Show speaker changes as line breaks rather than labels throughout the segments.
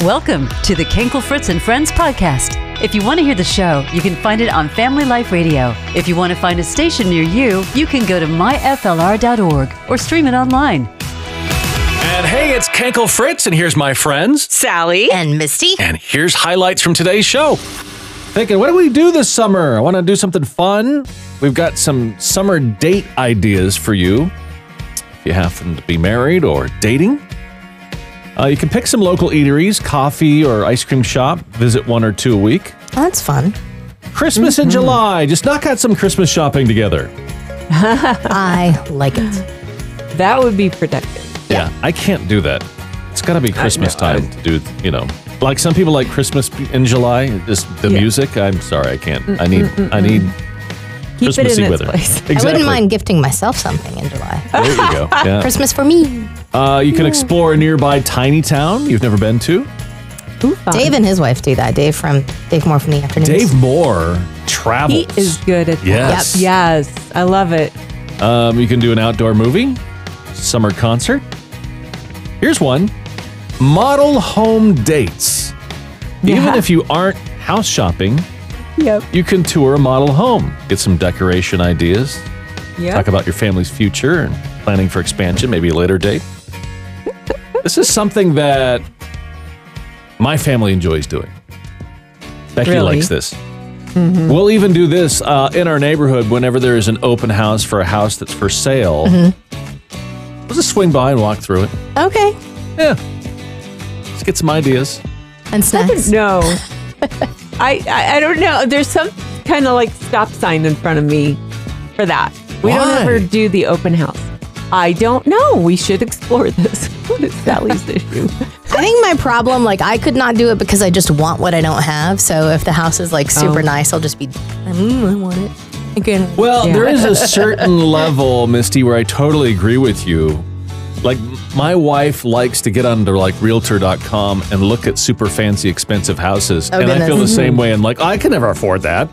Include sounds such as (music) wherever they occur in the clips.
Welcome to the Kenkel Fritz and Friends podcast. If you want to hear the show, you can find it on Family Life Radio. If you want to find a station near you, you can go to myflr.org or stream it online.
And hey, it's Kenkel Fritz, and here's my friends.
Sally.
And Misty.
And here's highlights from today's show.
Thinking, what do we do this summer? I want to do something fun. We've got some summer date ideas for you. If you happen to be married or dating, uh, you can pick some local eateries, coffee, or ice cream shop. Visit one or two a week.
That's fun. Mm-hmm.
Christmas in July. Just knock out some Christmas shopping together.
(laughs)
I like it.
That would be productive.
Yeah, I can't do that. It's got to be Christmas
know, I-
time to do, you know. Like some people like Christmas in July, just the
Yeah.
music. I'm sorry, I can't. I need, I need
Keep
Christmassy
it in its
weather.
place.
Exactly.
I wouldn't mind gifting myself something in July.
There
(laughs)
you go. Yeah.
(laughs) Christmas for me.
Uh, you can explore a nearby tiny town you've never been to.
Ooh, fun.
Dave and his wife do that. Dave from Dave Moore from the afternoon.
Dave Moore travels.
He is good at
Yes.
that. Yes. I love it.
Um, you can do an outdoor movie, summer concert. Here's one model home dates. Even
Yeah.
if you aren't house shopping,
Yep.
you can tour a model home, get some decoration ideas,
Yep.
talk about your family's future and planning for expansion, maybe a later date. this is something that my family enjoys doing. Becky
Really?
likes this. We'll even do this uh, in our neighborhood whenever there is an open house for a house that's for sale. We'll just swing by and walk through it.
Okay.
Yeah. Let's get some ideas.
And snacks.
No.
(laughs)
I, I I don't know. There's some kind of like stop sign in front of me for that. We
Why?
don't ever do the open house. I don't know. We should explore this. (laughs) What is
(laughs)
Sally's issue?
I think my problem, like I could not do it because I just want what I don't have. So if the house is like super
Oh.
nice, I'll just be, mm, I want it. Again.
Well,
Yeah.
there is
(laughs)
a certain level, Misty, where I totally agree with you. Like my wife likes to get onto like realtor.com and look at super fancy expensive houses.
Oh,
and I feel the
goodness.
same way and like I can never afford that.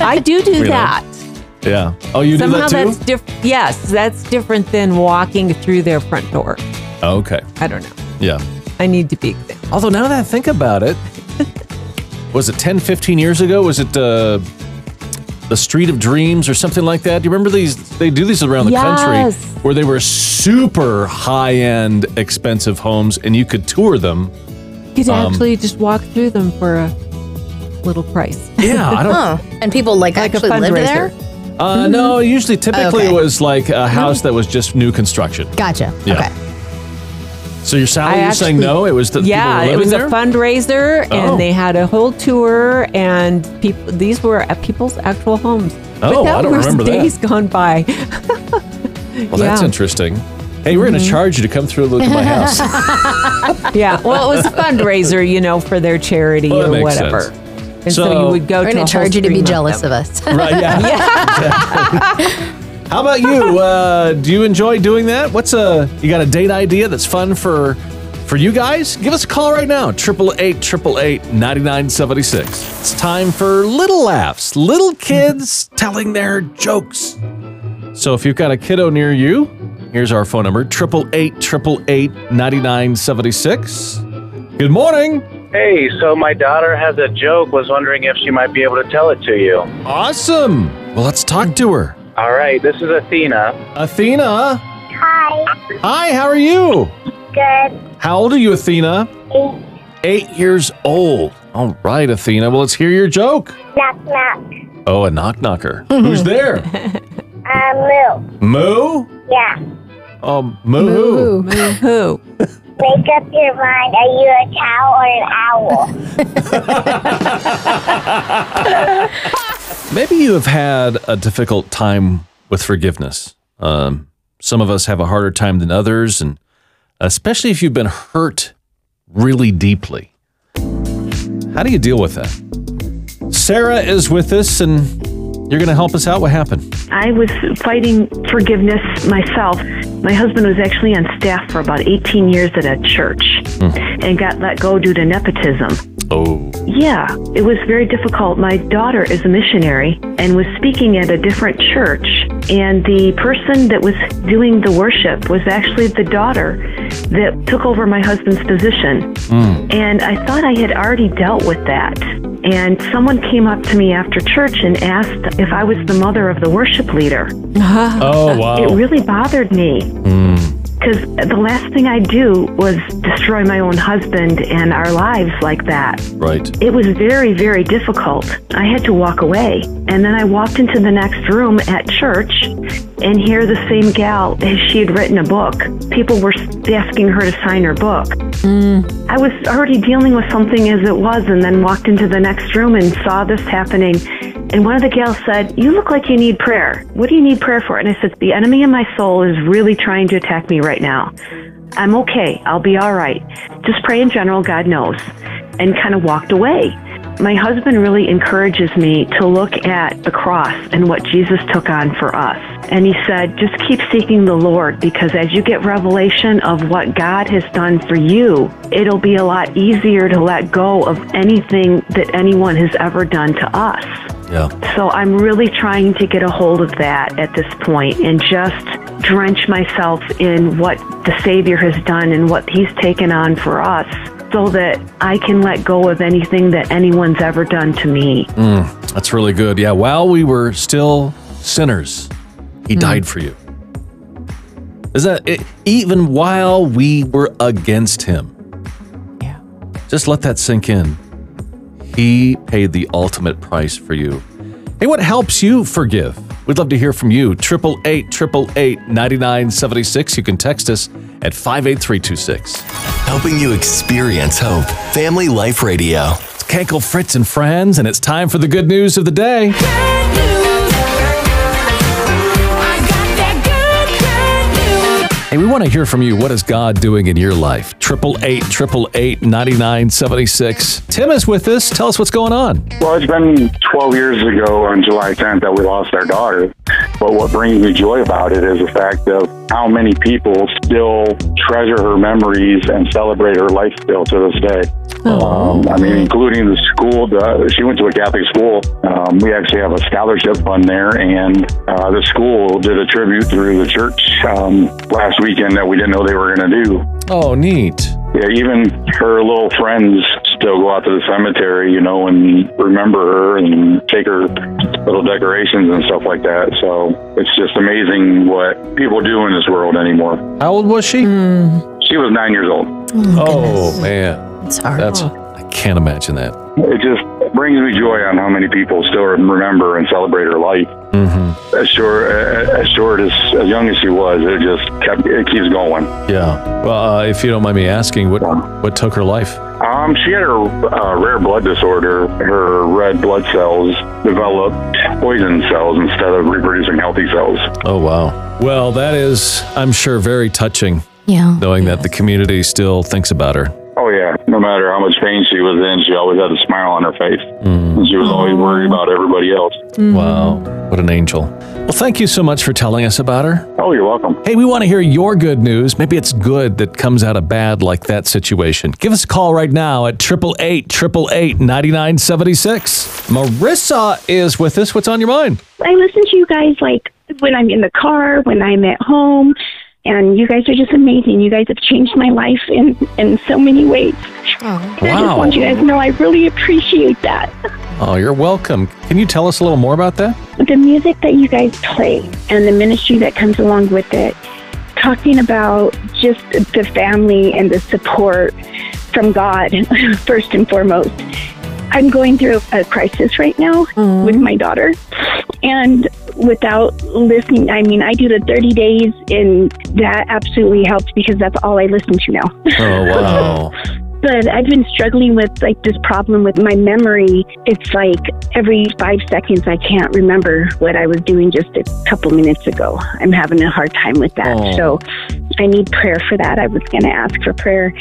I do do
know.
that.
Yeah. Oh, you
Somehow
do that too?
that's different. Yes, that's different than walking through their front door.
okay.
I don't know.
Yeah.
I need to be exempt.
Although now that I think about it, (laughs) was it 10, 15 years ago? Was it uh, the Street of Dreams or something like that? Do you remember these? They do these around the
Yes.
country where they were super high end, expensive homes and you could tour them.
You could
Um,
actually just walk through them for a little price.
Yeah,
(laughs)
I don't.
Oh, and people like,
Like a
actually live there.
fundraiser.
Uh, no, usually, typically
Okay.
it was like a house that was just new construction.
Gotcha.
Yeah.
Okay.
So your
I
salary, you're saying
actually-
no? It was the
yeah,
people
it
were living
was
there?
a fundraiser,
Oh.
and they had a whole tour, and people. These were at people's actual homes.
Oh,
but that
I don't
was
remember that.
days gone by. (laughs)
Well, that's
yeah. Mm-hmm.
interesting. Hey, we're going to charge you to come through and look at
(laughs)
my house.
yeah, well, it was a fundraiser, you know, for their charity
Well, that
or
makes
whatever.
sense.
And so,
So-
you would go to
We're
a
gonna
whole
charge you to be
stream
jealous
them.
of us.
Right?
(laughs)
Yeah. Exactly. How about you? Uh, do you enjoy doing that? What's a you got a date idea that's fun for for you guys? Give us a call right now. 888-888-9976. It's time for little laughs. Little kids (laughs) telling their jokes. So if you've got a kiddo near you, here's our phone number 888-888-9976. Good morning.
Hey, so my daughter has a joke. Was wondering if she might be able to tell it to you.
Awesome. Well, let's talk to her.
All right, this is Athena.
Athena.
Hi.
Hi, how are you?
Good.
How old are you, Athena? Eight years old. All right, Athena. Well, let's hear your joke.
Knock knock.
Oh, a knock knocker. Who's there?
Uh, moo.
Moo?
Yeah.
Um,
Who?
moo.
Make up your mind. Are you a cow or an owl?
Maybe you have had a difficult time with forgiveness. Um, some of us have a harder time than others, and especially if you've been hurt really deeply. How do you deal with that? Sarah is with us, and you're going to help us out. What happened?
I was fighting forgiveness myself. My husband was actually on staff for about 18 years at a church and got let go due to nepotism.
(laughs)
Oh,
Yeah, it was very difficult. My daughter is a missionary and was speaking at a different church, and the person that was doing the worship was actually the daughter that took over my husband's position. And I thought I had already dealt with that. And someone came up to me after church and asked if I was the mother of the worship leader.
oh, wow.
It really bothered me.
Hmm.
Because the last thing I do was destroy my own husband and our lives like that.
right.
It was very, very difficult. I had to walk away. And then I walked into the next room at church, and here the same gal, she had written a book. People were asking her to sign her book. I was already dealing with something as it was, and then walked into the next room and saw this happening. And one of the gals said, You look like you need prayer. What do you need prayer for? And I said, The enemy in my soul is really trying to attack me right now. I'm okay. I'll be all right. Just pray in general, God knows. And kind of walked away. My husband really encourages me to look at the cross and what Jesus took on for us. And he said, just keep seeking the Lord because as you get revelation of what God has done for you, it'll be a lot easier to let go of anything that anyone has ever done to us.
Yeah.
So I'm really trying to get a hold of that at this point and just drench myself in what the Savior has done and what He's taken on for us so that I can let go of anything that anyone's ever done to me.
Mm, That's really good. Yeah. While we were still sinners, he died for you. Is that it, even while we were against him?
Yeah.
Just let that sink in. He paid the ultimate price for you. Hey, what helps you forgive? We'd love to hear from you. 888 888 9976. You can text us at 58326.
Helping you experience hope. Family Life Radio.
It's Kankel Fritz and friends, and it's time for the good news of the day. Hey, we want to hear from you. What is God doing in your life? 888 888 9976. Tim is with us. Tell us what's going on.
Well, it's been 12 years ago on July 10th that we lost our daughter. But what brings me joy about it is the fact of how many people still treasure her memories and celebrate her life still to this day. Um, I mean, including the school. The, she went to a Catholic school. Um, we actually have a scholarship fund there, and uh, the school did a tribute through the church um, last weekend that we didn't know they were going to do.
Oh, neat.
Yeah, even her little friends still go out to the cemetery, you know, and remember her and take her little decorations and stuff like that. So it's just amazing what people do in this world anymore.
How old was she?
She was nine years old.
oh, man.
Mm. It's hard.
That's, I can't imagine that.
It just brings me joy on how many people still remember and celebrate her life. Mm-hmm. As short, as short as, as young as she was, it just kept, it keeps going.
Yeah. Well, uh, if you don't mind me asking, what, what took her life?
Um, she had a uh, rare blood disorder. Her red blood cells developed poison cells instead of reproducing healthy cells.
Oh, wow. Well, that is, I'm sure, very touching
yeah.
knowing that the community still thinks about her.
Oh yeah, no matter how much pain she was in, she always had a smile on her face. And she was always worried about everybody else.
Mm. Wow. What an angel. Well, thank you so much for telling us about her.
Oh, you're welcome.
Hey, we want to hear your good news. Maybe it's good that comes out of bad like that situation. Give us a call right now at 888 888 9976. Marissa is with us. What's on your mind?
I listen to you guys like when I'm in the car, when I'm at home, and you guys are just amazing. You guys have changed my life in in so many ways. And I just want you guys to know I really appreciate that.
Oh, you're welcome. Can you tell us a little more about that?
The music that you guys play and the ministry that comes along with it, talking about just the family and the support from God (laughs) first and foremost. I'm going through a crisis right now with my daughter. And without listening, I mean, I do the 30 days, and that absolutely helps because that's all I listen to now.
Oh, wow.
But I've been struggling with like this problem with my memory. It's like every five seconds, I can't remember what I was doing just a couple minutes ago. I'm having a hard time with that.
Oh.
So I need prayer for that. I was going to ask for prayer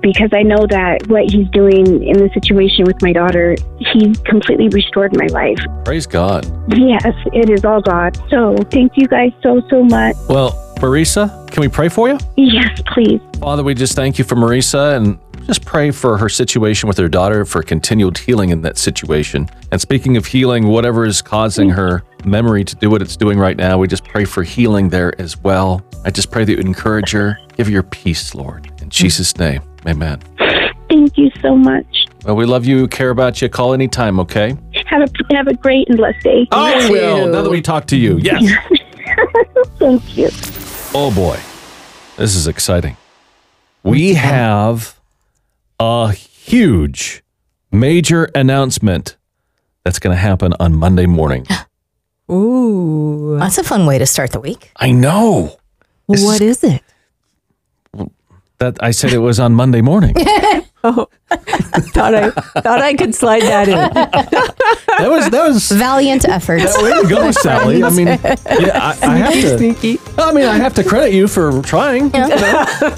because I know that what he's doing in the situation with my daughter, he completely restored my life.
Praise God.
Yes, it is all God. So thank you guys so, so much.
Well, Marissa, can we pray for you?
Yes, please.
Father, we just thank you for Marissa and just pray for her situation with her daughter for continued healing in that situation. And speaking of healing, whatever is causing her memory to do what it's doing right now, we just pray for healing there as well. I just pray that you encourage her, give her your peace, Lord. In Jesus' name, amen.
Thank you so much.
Well, we love you, care about you. Call anytime, okay?
Have a have a great and blessed day.
Oh, we will. Now that we talk to you, (laughs) yes.
Thank you.
Oh boy, this is exciting. We have a huge, major announcement that's going to happen on Monday morning.
Ooh. That's a fun way to start the week.
(gasps) I know
what is it?
that I said it was on Monday (laughs) morning.
(laughs) oh, thought I thought I could slide that in.
(laughs) That was that was
valiant efforts.
Way to
(laughs)
go, Sally. I mean, yeah, I, I have to. I mean, I have to credit you for trying. you know?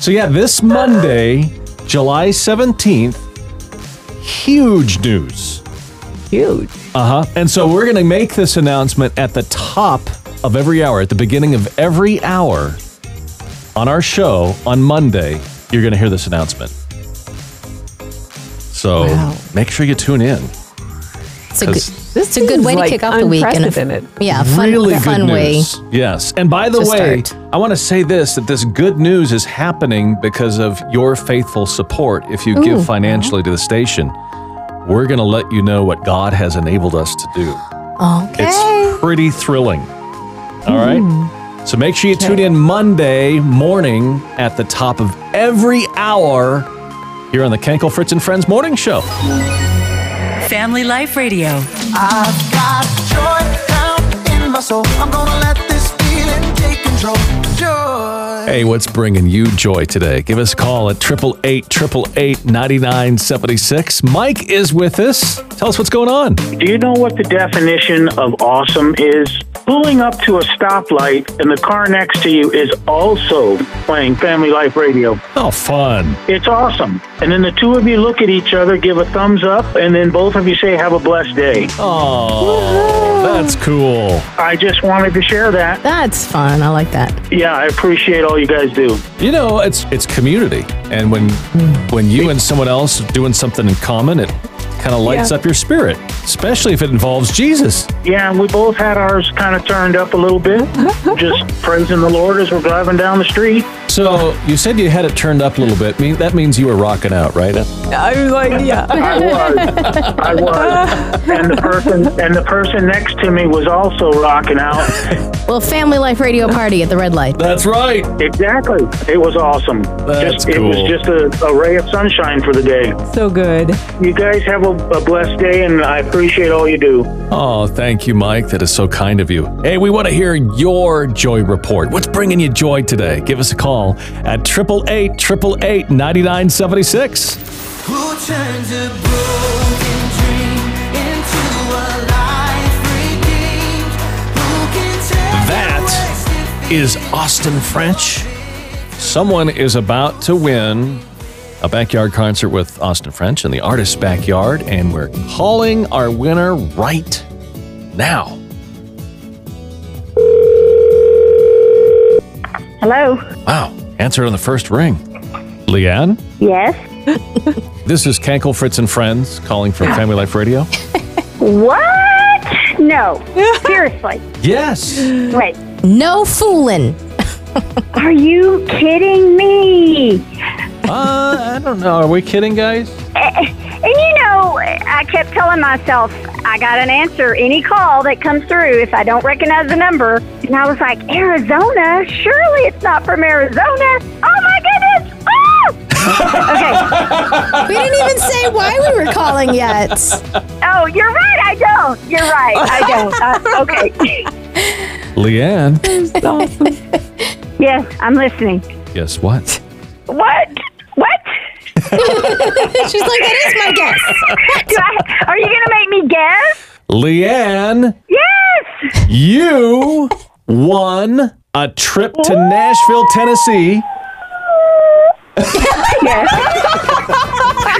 so yeah, this Monday, July seventeenth, huge news.
Huge.
Uh huh. And so we're going to make this announcement at the top of every hour, at the beginning of every hour, on our show on Monday. You're going to hear this announcement. So make sure you tune in.
It's a good,
'Cause
it's a good
is,
way to
like,
kick off the week. and a-
unprecedented.
Yeah, a fun,
really
a
good
fun way.
news. Yes. And by the
to
way, I want to say this that this good news is happening because of your faithful support. If you
Ooh. uh-huh.
give financially to the station, we're going to let you know what God has enabled us to do.
Okay. Hmm.
It's pretty thrilling. All right. So make sure you tune in Monday morning at the top of every hour here on the Kankel Fritz and Friends Morning Show.
Family Life Radio.
I've got joy down in my soul. I'm gonna let this feeling take control. Joy.
Hey, what's bringing you joy today? Give us a call at 888 888 9976. Mike is with us. Tell us what's going on.
Do you know what the definition of awesome is? Pulling up to a stoplight and the car next to you is also playing Family Life Radio.
Oh, fun.
It's awesome. And then the two of you look at each other, give a thumbs up, and then both of you say, Have a blessed day.
Oh, that's cool.
I just wanted to share that.
That's fun. I like that.
Yeah, I appreciate all you guys do.
You know, it's it's community. And when when you and someone else are doing something in common, it kind of lights
Yeah.
up your spirit, especially if it involves Jesus.
Yeah, and we both had ours kind of turned up a little bit, (laughs) just praising the Lord as we're driving down the street.
So, you said you had it turned up a little bit. Mean that means you were rocking out, right?
I was like, yeah.
I was. I was. (laughs) And the person and the person next to me was also rocking out.
(laughs) Well, family life radio party at the red light.
That's right.
Exactly. It was awesome.
That's
just, It
cool.
was just a, a ray of sunshine for the day.
So good.
You guys have a, a blessed day, and I appreciate all you do.
Oh, thank you, Mike. That is so kind of you. Hey, we want to hear your joy report. What's bringing you joy today? Give us a call at 888 888 9976.
Who turns a broken dream into a life redeemed? Who can take
That is Austin French. Someone is about to win a backyard concert with Austin French in the artist's backyard, and we're calling our winner right now.
Hello.
Wow. Answered on the first ring. Leanne?
Yes.
This is Kankel Fritz and Friends calling from Family Life Radio.
What? No. Seriously.
Yes.
Wait.
No fooling.
Are you kidding me?
Uh, I don't know. Are we kidding, guys?
Eh, And you know, I kept telling myself I got an answer any call that comes through if I don't recognize the number. And I was like, Arizona? Surely it's not from Arizona. Oh my goodness! (laughs) Ah! okay.
(laughs) We didn't even say why we were calling yet.
(laughs)
Oh, you're right. I don't. You're right. I don't. (laughs) Uh, okay.
Leanne.
Yes, I'm listening.
Guess what?
What? (laughs) What? She's like, that is my guess. (laughs) Do I, are you going to make me guess?
Leanne,
Yes.
you won a trip to Nashville, Tennessee.
Yes.
(laughs)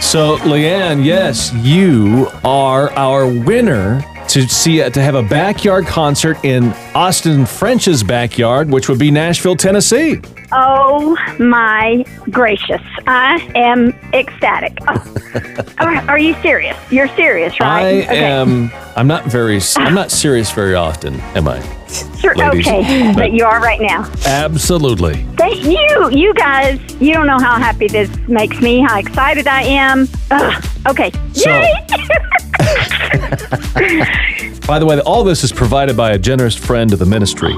So, Leanne, yes, you are our winner to see uh, to have a backyard concert in Austin French's backyard, which would be Nashville, Tennessee.
Oh my gracious. I am ecstatic.
(laughs)
Oh. Are- Are you serious? You're serious,
I
right?
am. I'm not very. I'm not serious very often, am I?
Sure,
ladies,
okay,
but-
but you are right now.
Absolutely.
Thank you, you guys. You don't know how happy this makes me, how excited I am. Ugh, okay.
So-
Yay!
By the way, all this is provided by a generous friend of the ministry.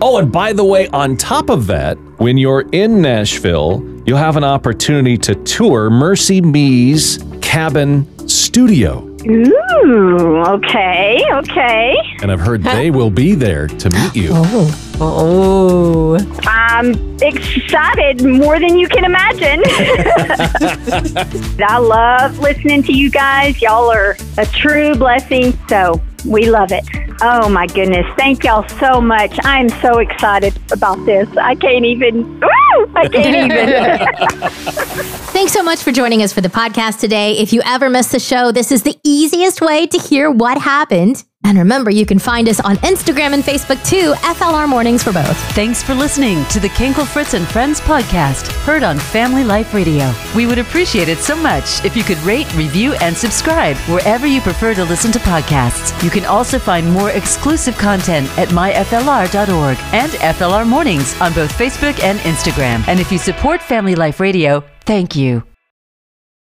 Oh, and by the way, on top of that, when you're in Nashville, you'll have an opportunity to tour Mercy Me's cabin studio.
Ooh, okay, okay.
And I've heard they will be there to meet you.
Oh.
Oh.
I'm excited more than you can imagine. (laughs)
(laughs)
I love listening to you guys. Y'all are a true blessing, so we love it. Oh my goodness. Thank y'all so much. I am so excited about this. I can't even. Woo! I can't even.
Thanks so much for joining us for the podcast today. If you ever missed the show, this is the easiest way to hear what happened. And remember, you can find us on Instagram and Facebook too, FLR Mornings for both.
Thanks for listening to the Kinkle Fritz and Friends podcast, heard on Family Life Radio. We would appreciate it so much if you could rate, review, and subscribe wherever you prefer to listen to podcasts. You can also find more exclusive content at myflr.org and FLR Mornings on both Facebook and Instagram. And if you support Family Life Radio, thank you.